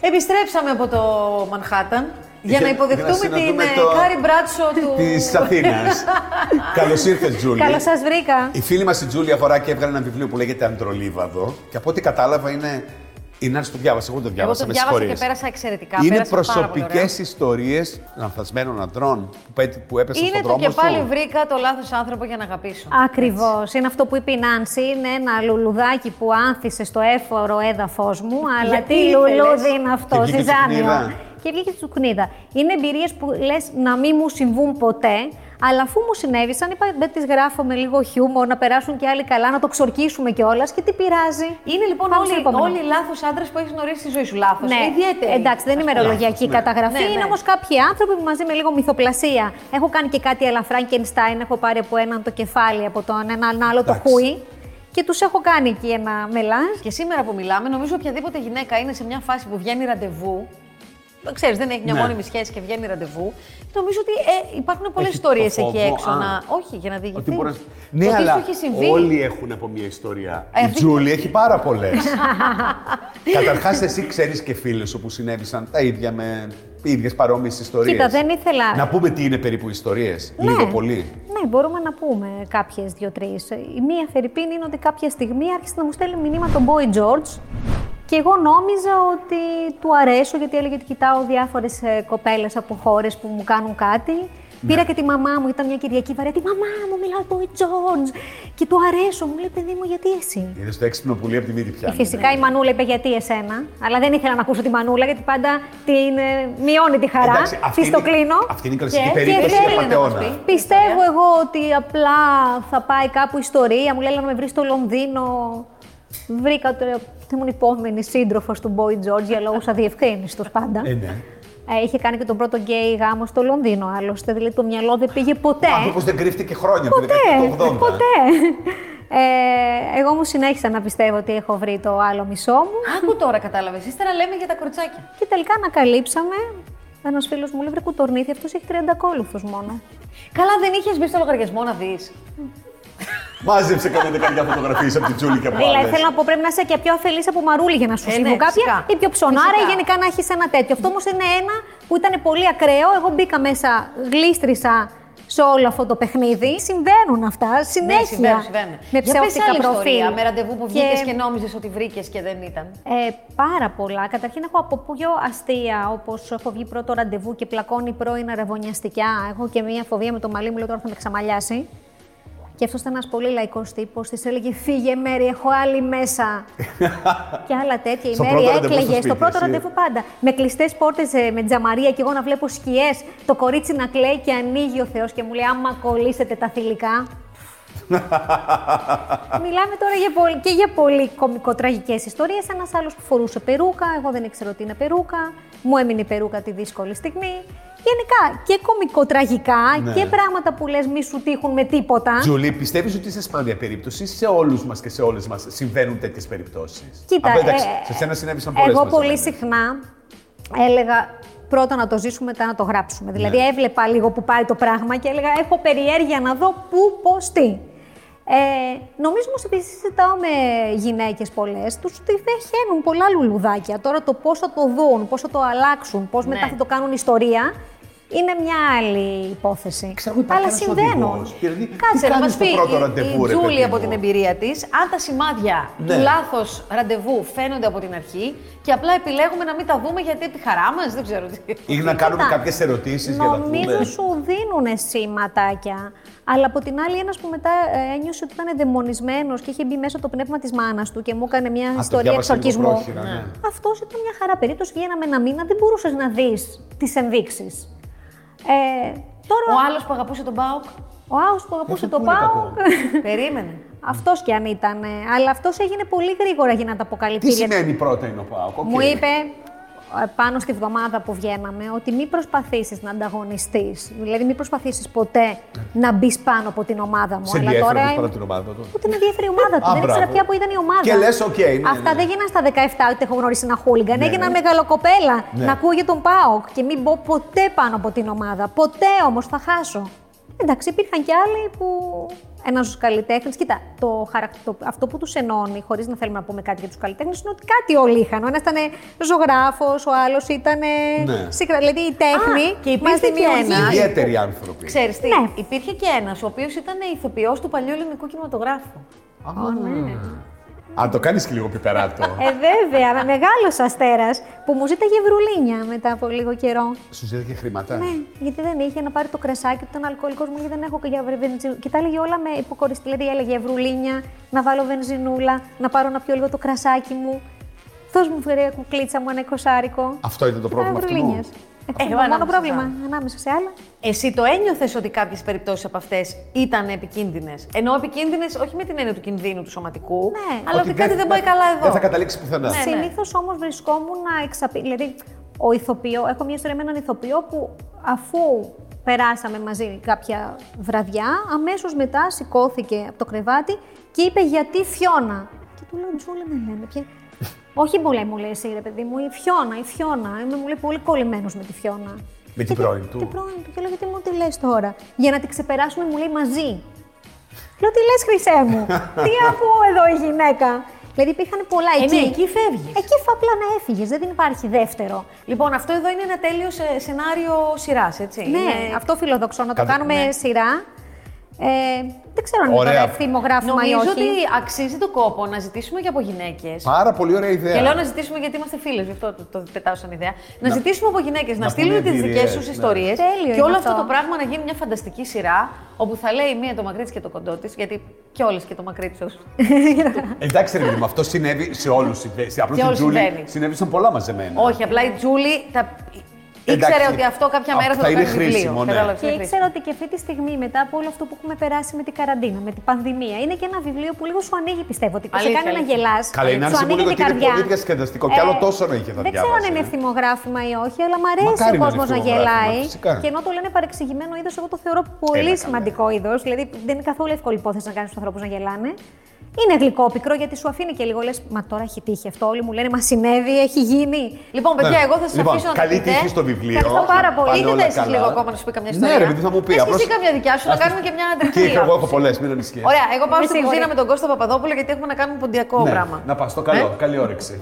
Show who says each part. Speaker 1: επιστρέψαμε από το Μανχάταν για να
Speaker 2: Για-
Speaker 1: υποδεχτούμε
Speaker 2: για να
Speaker 1: την
Speaker 2: συναντούμε
Speaker 1: ε,
Speaker 2: το-
Speaker 1: Κάρι Μπράτσο του.
Speaker 2: Της Αθήνας. Καλώς ήρθες, Τζούλη.
Speaker 1: Ναι.
Speaker 3: Καλώς σας βρήκα.
Speaker 2: Η φίλη μας η Τζούλια Χωράκη έβγαλε ένα βιβλίο που λέγεται Αντρολίβαδο και από ό,τι κατάλαβα είναι. Η Νάνση το διάβασε, εγώ δεν το
Speaker 1: Εγώ
Speaker 2: διάβασα.
Speaker 1: το
Speaker 2: με
Speaker 1: διάβασα και
Speaker 2: συγχωρείς.
Speaker 1: πέρασα εξαιρετικά.
Speaker 2: Είναι
Speaker 1: πέρασα πάρα πολύ
Speaker 2: προσωπικές ιστορίες λανθασμένων αντρών που, πέτυ- που έπεσαν
Speaker 1: ωραία. Είναι
Speaker 2: στον
Speaker 1: το
Speaker 2: δρόμο
Speaker 1: και πάλι
Speaker 2: σου.
Speaker 1: βρήκα το λάθος άνθρωπο για να αγαπήσω.
Speaker 3: Ακριβώς. Είναι αυτό που είπε η Νάνση. Είναι ένα λουλουδάκι που άνθησε στο έφορο έδαφος μου. Αλλά
Speaker 1: Γιατί
Speaker 3: τι
Speaker 1: ήθελες?
Speaker 3: λουλούδι είναι αυτό,
Speaker 2: Και βγήκε
Speaker 3: ζυζάνιο.
Speaker 2: τσουκνίδα.
Speaker 3: Και βγήκε τσουκνίδα. Είναι εμπειρίες που λες να μην μου συμβούν ποτέ. Αλλά αφού μου συνέβησαν, είπα δεν τις γράφω με λίγο χιούμορ, να περάσουν και άλλοι καλά, να το ξορκίσουμε κιόλας. Και τι πειράζει.
Speaker 1: Είναι λοιπόν
Speaker 3: Πάμε στο
Speaker 1: όλοι,
Speaker 3: επόμενο.
Speaker 1: όλοι οι λάθος άντρες που έχεις γνωρίσει στη ζωή σου. Λάθος.
Speaker 3: Ναι,
Speaker 1: Ιδιαίτερη.
Speaker 3: εντάξει, δεν είναι μερολογιακή καταγραφή.
Speaker 1: Ναι, ναι.
Speaker 3: Είναι όμως κάποιοι άνθρωποι που μαζί με λίγο μυθοπλασία. Έχω κάνει και κάτι αλλά Frankenstein, έχω πάρει από έναν το κεφάλι, από τον έναν άλλο το
Speaker 2: Εντάξει.
Speaker 3: χούι. Και τους έχω κάνει εκεί ένα μελάζ.
Speaker 1: Και σήμερα που μιλάμε, νομίζω οποιαδήποτε γυναίκα είναι σε μια φάση που βγαίνει ραντεβού. Ξέρεις, δεν έχει μια
Speaker 2: Ναι.
Speaker 1: μόνιμη σχέση και βγαίνει ραντεβού. Νομίζω ότι ε, υπάρχουν πολλές
Speaker 2: Έχει
Speaker 1: ιστορίε
Speaker 2: το
Speaker 1: εκεί
Speaker 2: φόβο,
Speaker 1: έξω.
Speaker 2: α,
Speaker 1: Να... Όχι, για να διηγηθεί.
Speaker 2: Ότι μπορείς-
Speaker 1: το τι
Speaker 2: Ναι,
Speaker 1: σου
Speaker 2: αλλά
Speaker 1: έχει συμβεί.
Speaker 2: όλοι έχουν από μια ιστορία.
Speaker 1: Ε,
Speaker 2: Η
Speaker 1: αυτή-
Speaker 2: Τζούλη έχει πάρα πολλές. Καταρχάς, εσύ ξέρεις και φίλε σου που συνέβησαν τα ίδια με ίδιες παρόμοιες ιστορίες.
Speaker 3: Κοίτα, δεν ήθελα.
Speaker 2: Να πούμε τι είναι περίπου ιστορίες. Λίγο πολύ.
Speaker 3: Ναι, μπορούμε να πούμε κάποιες δύο-τρει. Η μία Φερρυπίν είναι ότι κάποια στιγμή άρχισε να μου στέλνει μηνύμα τον Boy George. Και εγώ νόμιζα ότι του αρέσω, γιατί έλεγε ότι κοιτάω διάφορες κοπέλες από χώρες που μου κάνουν κάτι.
Speaker 2: Ναι.
Speaker 3: Πήρα και τη μαμά μου, ήταν μια Κυριακή βαρέα. Τη μαμά μου μιλάω Boy George. Και του αρέσω, μου λέει παιδί μου, γιατί εσύ.
Speaker 2: Είναι στο έξυπνο πουλί από τη μύτη πιάνει.
Speaker 3: Φυσικά η Μανούλα είπε γιατί εσένα, αλλά δεν ήθελα να ακούσω τη Μανούλα γιατί πάντα την ε, μειώνει τη χαρά.
Speaker 2: Εντάξει, αυτή
Speaker 3: Τη το
Speaker 2: είναι-
Speaker 3: κλείνω.
Speaker 2: αυτή είναι η κλασική
Speaker 3: Και-
Speaker 2: περίπτωση
Speaker 3: και θέλει να
Speaker 2: απατεώνα.
Speaker 3: μας πει. Πιστεύω εγώ ότι απλά θα πάει κάπου η ιστορία. Μου λέει να με βρεις στο Λονδίνο. Βρήκα το. Ήμουν υπόμενη σύντροφος του Boy George για λόγους αδιευκρίνηστου πάντα.
Speaker 2: Ε, ναι.
Speaker 3: Ε, είχε κάνει και τον πρώτο γκέι γάμο στο Λονδίνο άλλωστε. Δηλαδή το μυαλό δεν πήγε ποτέ.
Speaker 2: Ο άνθρωπος δεν κρύφτηκε χρόνια από
Speaker 3: Ποτέ,
Speaker 2: το 1980.
Speaker 3: ποτέ. Ε, εγώ μου συνέχισα να πιστεύω ότι έχω βρει το άλλο μισό μου
Speaker 1: Άκου τώρα, κατάλαβες. Ύστερα λέμε για τα κοριτσάκια.
Speaker 3: και τελικά ανακαλύψαμε. Ένας φίλος μου λέει: Βρε κουτορνίθι, αυτός έχει 30 ακόλουθου μόνο.
Speaker 1: Καλά, δεν είχες μπει στο λογαριασμό να δεις.
Speaker 2: Μάζεψε κανένα καμιά φωτογραφία από την Τζούλη και από
Speaker 3: Δηλαδή,
Speaker 2: άλλες.
Speaker 3: θέλω να πω, πρέπει να είσαι και πιο αφελής από μαρούλι για να σου
Speaker 1: Ε,
Speaker 3: συμβούν
Speaker 1: ναι,
Speaker 3: κάποια
Speaker 1: φυσικά.
Speaker 3: ή πιο ψωνάρα ή
Speaker 1: Φυσικά.
Speaker 3: γενικά να έχεις ένα τέτοιο. Αυτό όμως είναι ένα που ήταν πολύ ακραίο. Εγώ μπήκα μέσα, γλίστρισα σε όλο αυτό το παιχνίδι. Συμβαίνουν αυτά συνέχεια.
Speaker 1: Ναι, συμβαίνουν, συμβαίνουν.
Speaker 3: Με
Speaker 1: Για πες
Speaker 3: ψεύτικα
Speaker 1: άλλη
Speaker 3: προφίλ.
Speaker 1: ιστορία, με ραντεβού που
Speaker 3: Και-
Speaker 1: βγήκες και, νόμιζες ότι βρήκες και δεν ήταν.
Speaker 3: Ε, πάρα πολλά. Καταρχήν έχω από πιο αστεία, όπως έχω βγει πρώτο ραντεβού και πλακώνει πρώην αραβωνιαστικιά. Έχω και μία φοβία με το μαλλί μου, λέω τώρα θα με ξαμαλιάσει. Και αυτός ήταν ένας πολύ λαϊκός τύπος. Της έλεγε Φύγε, Μέρη, έχω άλλη μέσα. και άλλα τέτοια. Η
Speaker 2: Στο
Speaker 3: Μέρη
Speaker 2: πρώτο ραντεβού στο
Speaker 3: έκλαιγε. Στο
Speaker 2: σπίτι,
Speaker 3: πρώτο
Speaker 2: εσύ.
Speaker 3: ραντεβού πάντα. Με κλειστές πόρτες, με τζαμαρία και εγώ να βλέπω σκιές. Το κορίτσι να κλαίει και ανοίγει ο Θεός και μου λέει Άμα κολλήσετε τα θηλυκά. Μιλάμε τώρα για πολύ, και για πολύ κομικοτραγικές ιστορίες. Ένας άλλος που φορούσε περούκα, εγώ δεν ήξερα ότι είναι περούκα. Μου έμεινε η περούκα τη δύσκολη στιγμή. Γενικά και κομικοτραγικά
Speaker 2: Ναι.
Speaker 3: και πράγματα που λες μη σου τύχουν με τίποτα.
Speaker 2: Τζούλη, πιστεύεις ότι είσαι σπάνια περίπτωση ή σε όλους μας και σε όλες μας συμβαίνουν τέτοιες περιπτώσεις.
Speaker 3: Κοίτα,
Speaker 2: εντάξει,
Speaker 3: ε,
Speaker 2: σε σένα συνέβησαν πολλές
Speaker 3: Εγώ πολύ συχνά έλεγα πρώτα να το ζήσουμε, μετά να το γράψουμε.
Speaker 2: Ναι.
Speaker 3: Δηλαδή έβλεπα λίγο που πάει το πράγμα και έλεγα έχω περιέργεια να δω πού, πώς, τι. Ε, νομίζω όμως επειδή συζητάω με γυναίκες πολλές, τους ότι δεν χαίνουν πολλά λουλουδάκια. Τώρα το πώς θα το δουν, πώς θα το αλλάξουν, πώς
Speaker 1: Ναι.
Speaker 3: μετά θα το κάνουν ιστορία, είναι μια άλλη υπόθεση.
Speaker 2: Ξέρω, υπάρχει
Speaker 3: Αλλά
Speaker 2: ένας
Speaker 3: συμβαίνουν.
Speaker 2: οδηγός. Δηλαδή, τι
Speaker 1: Κάτσε να
Speaker 2: κάνεις
Speaker 1: μας
Speaker 2: στο
Speaker 1: πει
Speaker 2: πρώτο
Speaker 1: η-
Speaker 2: ραντεβού,
Speaker 1: η
Speaker 2: ρε
Speaker 1: Τζούλη
Speaker 2: παιδί
Speaker 1: από
Speaker 2: μου.
Speaker 1: την εμπειρία της, αν τα σημάδια
Speaker 2: Ναι.
Speaker 1: του λάθος ραντεβού φαίνονται από την αρχή και απλά επιλέγουμε να μην τα δούμε γιατί επί χαρά μας, δεν ξέρω τι.
Speaker 2: Ή να κάνουμε
Speaker 3: Κοίτα,
Speaker 2: κάποιες ερωτήσεις για να δούμε.
Speaker 3: Νομίζω σου δίνουν σηματάκια. Αλλά από την άλλη, ένας που μετά ε, ένιωσε ότι ήταν δαιμονισμένο και είχε μπει μέσα το πνεύμα της μάνας του και μου έκανε μια
Speaker 2: το
Speaker 3: ιστορία
Speaker 2: διάβασα λίγο
Speaker 3: εξορκισμού.
Speaker 2: πρόχειρα, ναι.
Speaker 3: Αυτός ήταν μια χαρά περίπτωση. Βγαίναμε ένα μήνα, δεν μπορούσες να δεις τις ενδείξεις. Ε, τώρα
Speaker 1: Ο άλλος που αγαπούσε τον Μπάουκ.
Speaker 3: ο Άου που αγαπούσε
Speaker 2: Αυτό
Speaker 3: το
Speaker 2: που είναι
Speaker 3: πάω.
Speaker 1: Περίμενε.
Speaker 3: Αυτός κι αν ήταν. ε, Αλλά αυτός έγινε πολύ γρήγορα για να τα αποκαλυφθεί.
Speaker 2: Τι
Speaker 3: γιατί
Speaker 2: σημαίνει πρώτα είναι ο Πάοκ. οκ.
Speaker 3: Μου είπε ε, πάνω στη βδομάδα που βγαίναμε ότι μην προσπαθήσεις να ανταγωνιστείς. Δηλαδή μην προσπαθήσεις ποτέ να μπεις πάνω από την ομάδα μου.
Speaker 2: Σε ενδιαφέρον
Speaker 3: τώρα
Speaker 2: τώρα... παρά την ομάδα του.
Speaker 3: Ούτε με ενδιαφέρει η ομάδα του.
Speaker 2: Α,
Speaker 3: δεν ήξερα
Speaker 2: μπράβο.
Speaker 3: πια που ήταν η ομάδα.
Speaker 2: Και λες, οκ, ναι, ναι,
Speaker 3: Αυτά
Speaker 2: ναι.
Speaker 3: δεν γίναν στα 17 ότι έχω γνωρίσει ένα χούλιγκαν.
Speaker 2: Ναι,
Speaker 3: Έγιναν
Speaker 2: ναι.
Speaker 3: μεγαλοκοπέλα.
Speaker 2: Ναι.
Speaker 3: Να ακούω για τον Πάοκ και μην μπω ποτέ πάνω από την ομάδα. Ποτέ όμως θα χάσω. Εντάξει, υπήρχαν και άλλοι που ένα καλλιτέχνη. Κοίτα, το, χαρακ- το- αυτό που τους ενώνει, χωρίς να θέλουμε να πούμε κάτι για τους καλλιτέχνες, είναι ότι κάτι όλοι είχαν. Ο ένας ήταν ζωγράφος, ο άλλος ήταν.
Speaker 2: Ναι.
Speaker 3: Συγγρα... Δηλαδή η τέχνη.
Speaker 1: Α, και
Speaker 3: μας
Speaker 1: υπήρχε
Speaker 3: δημιουργεί-
Speaker 1: και ένας.
Speaker 2: Ιδιαίτεροι άνθρωποι.
Speaker 1: Ξέρεις τι,
Speaker 3: Ναι.
Speaker 1: υπήρχε και ένας ο οποίος ήταν ηθοποιός του παλιού ελληνικού κινηματογράφου.
Speaker 2: ναι. Αν το κάνεις και λίγο πιπεράτο.
Speaker 3: Ε, βέβαια, με μεγάλος αστέρας που μου ζήταγε βρουλίνια μετά από λίγο καιρό.
Speaker 2: Σου ζήτηκε χρήματα.
Speaker 3: Ναι, γιατί δεν είχε να πάρει το κρασάκι του, ήταν αλκοολικός μου και δεν έχω και για βενζινούλα. Και τα έλεγε όλα με υποκοριστή. Δηλαδή έλεγε βρουλίνια, να βάλω βενζινούλα, να πάρω να πιω λίγο το κρασάκι μου. Δώσ' μου φέρε κουκλίτσα μου ένα εικοσάρικο.
Speaker 2: Αυτό ήταν το πρόβλημα αυτού.
Speaker 3: βρουλίνια.
Speaker 1: Ε,
Speaker 3: Έχω
Speaker 1: εγώ
Speaker 3: ε, μόνο
Speaker 1: ανάμεσα σε
Speaker 3: πρόβλημα
Speaker 1: άλλα.
Speaker 3: ανάμεσα σε άλλα.
Speaker 1: Εσύ το ένιωθες ότι κάποιες περιπτώσεις από αυτές ήταν επικίνδυνες. Ενώ επικίνδυνες όχι με την έννοια του κινδύνου του σωματικού,
Speaker 3: Ναι.
Speaker 1: αλλά ότι, κάτι δεν πάει καλά εδώ.
Speaker 2: Δεν θα καταλήξει πουθενά.
Speaker 1: Ναι.
Speaker 3: Συνήθως όμως βρισκόμουν να εξαπεί. Δηλαδή, ο ηθοποιό, έχω μια ιστορία με έναν ηθοποιό που αφού περάσαμε μαζί κάποια βραδιά, αμέσως μετά σηκώθηκε από το κρεβάτι και είπε γιατί φιώνα. Και του λέω Τζούλα με λένε πια. Όχι μου λέει, μου λέει εσύ ρε παιδί μου, η φιώνα, η φιώνα. Είμαι μου λέει πολύ κολλημένος με τη φιώνα.
Speaker 2: Με
Speaker 3: Και
Speaker 2: την πρώην
Speaker 3: λέω,
Speaker 2: του.
Speaker 3: Την πρώην του. Και λέω, γιατί μου τη λες τώρα. Για να την ξεπεράσουμε, μου λέει μαζί. Λέω, τι λες, Χρυσέ μου. τι ακούω εδώ η γυναίκα. Δηλαδή υπήρχαν πολλά
Speaker 1: Ε,
Speaker 3: εκεί.
Speaker 1: ναι, εκεί φεύγεις.
Speaker 3: Εκεί φα- απλά να έφυγες, δεν την υπάρχει δεύτερο.
Speaker 1: Λοιπόν, αυτό εδώ είναι ένα τέλειο σε- σενάριο σειράς, έτσι.
Speaker 3: Ναι,
Speaker 1: Ε, Είναι-
Speaker 3: αυτό φιλοδοξώ να το
Speaker 2: Κατά-
Speaker 3: κάνουμε
Speaker 1: ναι.
Speaker 3: σειρά. Ε, δεν ξέρω αν είναι
Speaker 2: Ωραία.
Speaker 3: τώρα ευθυμογράφημα ή
Speaker 1: Νομίζω
Speaker 3: όχι.
Speaker 1: ότι αξίζει τον κόπο να ζητήσουμε και από γυναίκες.
Speaker 2: Πάρα πολύ ωραία
Speaker 1: Και λέω
Speaker 2: ιδέα.
Speaker 1: να ζητήσουμε, γιατί είμαστε φίλες, γι' αυτό το, το πετάω σαν ιδέα. Να, ζητήσουμε από γυναίκες να,
Speaker 2: να
Speaker 1: στείλουν τι
Speaker 2: πούνε
Speaker 1: δικές
Speaker 2: εμπειρίες,
Speaker 1: τους
Speaker 2: ναι.
Speaker 1: ιστορίες.
Speaker 3: Τέλειο
Speaker 1: Και όλο
Speaker 3: είναι
Speaker 1: αυτό.
Speaker 3: αυτό.
Speaker 1: το πράγμα να γίνει μια φανταστική σειρά, όπου θα λέει η μία το μακρύ της και το κοντό της, γιατί και όλες και το μακρύ τη.
Speaker 2: Εντάξει, ρε παιδί μου, αυτό συνέβη σε όλους. Απλώ
Speaker 1: Σε
Speaker 2: στην
Speaker 1: όλους
Speaker 2: Τζούλη
Speaker 1: συμβαίνει.
Speaker 2: συνέβησαν πολλά μαζεμένα.
Speaker 1: Όχι, απλά η Τζούλη τα... ήξερε
Speaker 2: Εντάξει.
Speaker 1: ότι αυτό κάποια
Speaker 2: Α,
Speaker 1: μέρα θα,
Speaker 2: θα
Speaker 1: το
Speaker 2: είναι
Speaker 1: κάνει βιβλίο.
Speaker 2: χρήσιμο, ναι.
Speaker 1: Κατάλαβες,
Speaker 3: Και
Speaker 1: είναι χρήσιμο.
Speaker 3: ήξερα ότι και αυτή τη στιγμή, μετά από όλο αυτό που έχουμε περάσει με την καραντίνα, με την πανδημία, είναι και ένα βιβλίο που λίγο σου ανοίγει, πιστεύω. Ότι σε
Speaker 1: Αλήθεια,
Speaker 3: κάνει να
Speaker 1: αλήθεια.
Speaker 3: γελάς.
Speaker 2: Καλά, είναι
Speaker 3: σου
Speaker 2: άρεσε μου
Speaker 3: ανοίγει
Speaker 2: λίγο
Speaker 3: την
Speaker 2: ότι είναι
Speaker 3: καρδιά. Ε,
Speaker 2: πολύ διασκεδαστικό. Κι άλλο τόσο να είχε θα
Speaker 3: Δεν ξέρω αν
Speaker 2: διάβαζε.
Speaker 3: είναι ευθυμογράφημα ή όχι, αλλά μου αρέσει
Speaker 2: Μακάρι να
Speaker 3: ο
Speaker 2: είναι
Speaker 3: κόσμος να
Speaker 2: ευθυμογράφημα,
Speaker 3: γελάει.
Speaker 2: φυσικά.
Speaker 3: Και ενώ το λένε παρεξηγημένο είδος, εγώ το θεωρώ πολύ
Speaker 2: Έλα, καλά.
Speaker 3: σημαντικό είδος. Δηλαδή δεν είναι καθόλου εύκολη υπόθεση να κάνεις του ανθρώπους να γελάνε. Είναι γλυκό πικρό γιατί σου αφήνει και λίγο λες. Μα τώρα έχει τύχει αυτό. Όλοι μου λένε Μα συνέβη, έχει γίνει.
Speaker 1: Λοιπόν, παιδιά, εγώ θα σας
Speaker 2: Λοιπόν,
Speaker 1: αφήσω να
Speaker 2: καλή
Speaker 1: το πείτε.
Speaker 2: τύχη στο βιβλίο.
Speaker 1: Ευχαριστώ πάρα πολύ.
Speaker 2: Πάνε
Speaker 1: Είτε
Speaker 2: όλα
Speaker 1: εσείς
Speaker 2: καλά.
Speaker 1: λίγο ακόμα να σου πει καμιά
Speaker 2: Ναι,
Speaker 1: ιστορία.
Speaker 2: ρε, παιδί, θα μου πει,
Speaker 1: Πες και
Speaker 2: απλώς-
Speaker 1: εσύ καμιά δικιά σου, να κάνουμε και μια
Speaker 2: Και
Speaker 1: αντρική.
Speaker 2: εγώ έχω πολλές, μην Ναι, ανησυχείς.
Speaker 1: Ωραία, εγώ πάω
Speaker 3: Είμαι
Speaker 1: στην κουζίνα
Speaker 3: σίγουρη.
Speaker 1: με τον Κώστα Παπαδόπουλο γιατί έχουμε να κάνουμε ποντιακό
Speaker 2: Ναι,
Speaker 1: πράγμα.
Speaker 2: Να πας, το καλό. Καλή όρεξη.